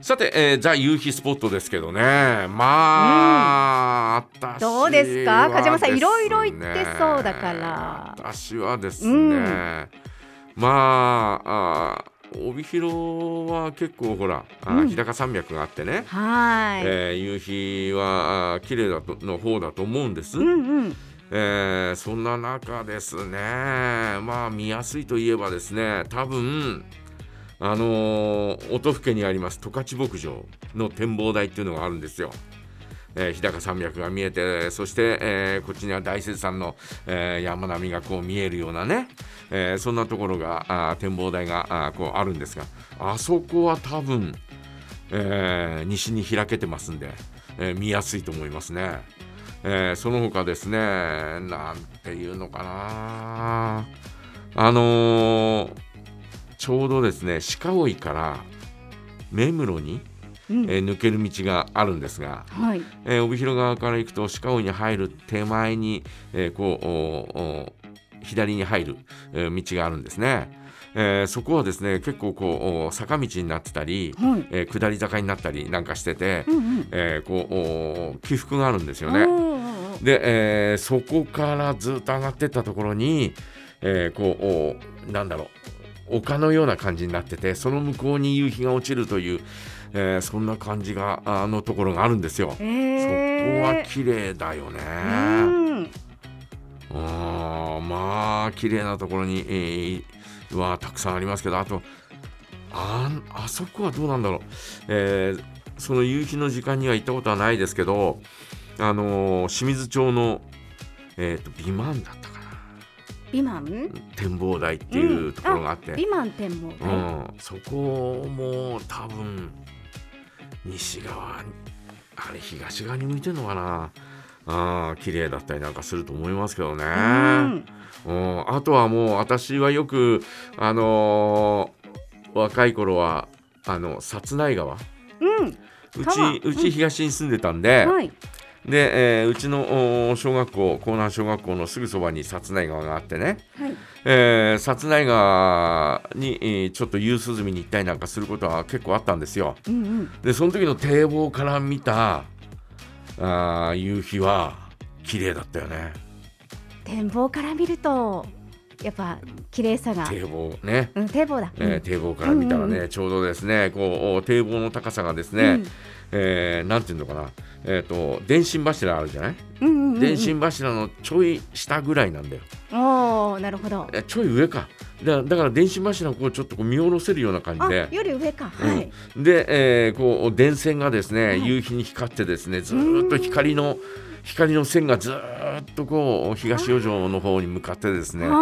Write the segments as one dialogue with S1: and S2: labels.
S1: さて、えー、ザ・夕日スポットですけどね、まあ、私は
S2: どうですか梶山さん
S1: ですね
S2: いろいろ言ってそうだから
S1: 私はですね、
S2: うん
S1: まあ、あー帯広は結構ほら、あー
S2: うん
S1: 日高山脈があってね、
S2: はい、
S1: えー夕日はあー綺麗だとの方だと思うんです、
S2: うんうん
S1: えーそんな中ですねまあ見やすいといえばですね多分あのー音更にあります十勝牧場の展望台っていうのがあるんですよ。えー日高山脈が見えてそして、えーこっちには大雪山の、えー山並みがこう見えるようなね、えーそんなところがあー展望台があーこうあるんですがあそこは多分、えー西に開けてますんで、えー見やすいと思いますね。えーその他ですねなんていうのかなあのーちょうどですね鹿追から目室に、
S2: うん
S1: えー抜ける道があるんですが、
S2: はい
S1: えー帯広側から行くと鹿追に入る手前に、えーこうおお左に入る、えー道があるんですね、えーそこはですね結構こうお坂道になってたり、
S2: はい
S1: えー下り坂になったりなんかしてて、
S2: うんうん
S1: えーこうお起伏があるんですよ
S2: お
S1: ね。
S2: ー
S1: で、えーそこからずっと上がってったところに、えーこうおなんだろう丘のような感じになっててその向こうに夕日が落ちるという、えーそんな感じがあのところがあるんですよ。そ
S2: え
S1: こは
S2: ー
S1: 綺麗だよね。
S2: うん
S1: あーまあ綺麗なところに、えーはたくさんありますけどあとあんあそこはどうなんだろう、えーその夕日の時間には行ったことはないですけど、あのー清水町の、えー、と美満だったか
S2: 美満
S1: な展望台っていうところがあって、
S2: 美満天も
S1: うんそこも多分西側にあれ東側に向いてるのかなあー綺麗だったりなんかすると思いますけどね。
S2: うん
S1: うんあとはもう私はよくあのー若い頃はあの薩内川う
S2: うん川
S1: ちうち東に住んでたんで、
S2: はい
S1: で、えーうちのお小学校江南小学校のすぐそばに薩内川があってね、
S2: はい
S1: えー、薩内川にえーちょっと夕涼みに行ったりなんかすることは結構あったんですよ。
S2: うんうん
S1: でその時の堤防から見たあー夕日は綺麗だったよね
S2: 展望から見るとやっぱ綺麗さが
S1: 堤防ね。
S2: うん堤防だ
S1: えー堤防から見たらね、
S2: うんうん
S1: ちょうどですねこうお堤防の高さがですね、
S2: うん
S1: えーなんていうのかな、えー、と電信柱あるじゃない、
S2: うんうんうんうん
S1: 電信柱のちょい下ぐらいなんだよ、
S2: おおなるほど
S1: えちょい上かだだから電信柱をこうちょっとこう見下ろせるような感じ
S2: あ
S1: で。
S2: より上かはい
S1: で、えーこう電線がですね、
S2: い
S1: 夕日に光ってですねずーっと光の光の線がずーっとこう東四条の方に向かってですね、え
S2: は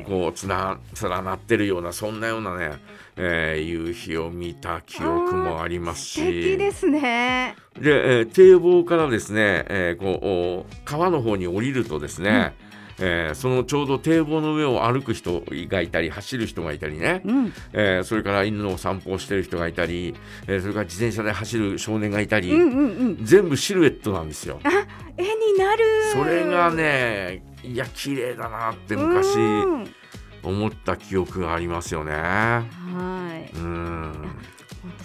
S1: ーこうつな連なってるようなそんなようなね、えー夕日を見た記憶もあります
S2: い
S1: し
S2: 素敵ですね
S1: でえー堤防からですね、えーこうお川の方に降りるとですね、えーそのちょうど堤防の上を歩く人がいたり走る人がいたりね、
S2: うん
S1: えーそれから犬の散歩をしてる人がいたり、えーそれから自転車で走る少年がいたり、
S2: うんうんうん
S1: 全部シルエットなんですよ。
S2: 絵になる
S1: それがねいや綺麗だなって昔
S2: うん
S1: 思った記憶がありますよね。
S2: はい
S1: うん、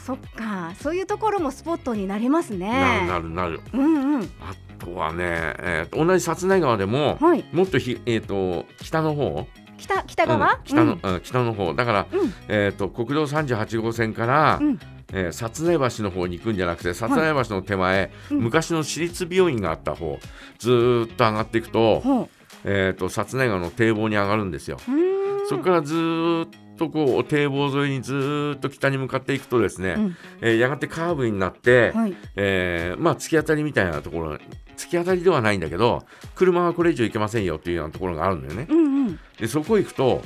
S2: そっかそういうところもスポットになりますね
S1: なるなるなる。
S2: うんうん
S1: あとはね、えー同じ薩内川でも、
S2: はい
S1: もっとひ、えー、と北の方
S2: 北北側、
S1: うん北の、うん北の方だから、
S2: うん
S1: えー、と国道38号線から、
S2: うん
S1: えー、薩内橋の方に行くんじゃなくて薩内橋の手前、
S2: うん
S1: 昔の私立病院があった方ずーっと上がっていくと,、
S2: ほ
S1: えー、と薩内川の堤防に上がるんですよ。
S2: ううーん
S1: そこからずーっとこう堤防沿いにずーっと北に向かっていくとですね、
S2: うん
S1: えーやがてカーブになって、
S2: はい
S1: えーまあ突き当たりみたいなところ突き当たりではないんだけど車はこれ以上行けませんよっていうようなところがあるんだよね。
S2: うんうん
S1: でそこ行くと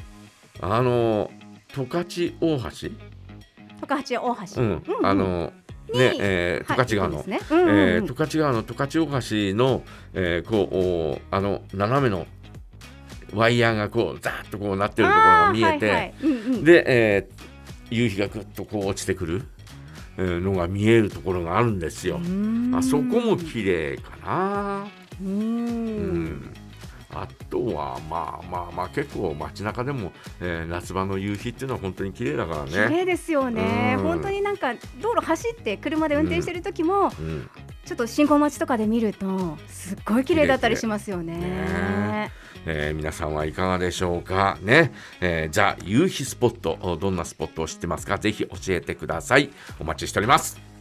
S1: あの十勝大橋、
S2: 十勝大橋、
S1: うんあの
S2: に
S1: ねえー
S2: はい
S1: 十勝川の、
S2: そうですねうんうんうん
S1: えー十勝川の十勝大橋の、えーこうおあの斜めのワイヤーがこうザーッとこうなってるところが見えて、
S2: あーはいはいうんうん
S1: で、えー夕日がぐっとこう落ちてくるえーのが見えるところがあるんですよ。
S2: うーん
S1: あそこも綺麗かな。
S2: うー
S1: うんんあとはまあまあまあ結構街中でも、えー夏場の夕日っていうのは本当に綺麗だから
S2: 綺
S1: ね。
S2: 麗ですよね、
S1: うん
S2: 本当になんか道路走って車で運転してる時も、
S1: うん、
S2: ちょっと信号待ちとかで見るとすっごい綺麗だったりしますよね。
S1: ねえー皆さんはいかがでしょうかね、えーじゃあ夕日スポットどんなスポットを知ってますかぜひ教えてくださいお待ちしております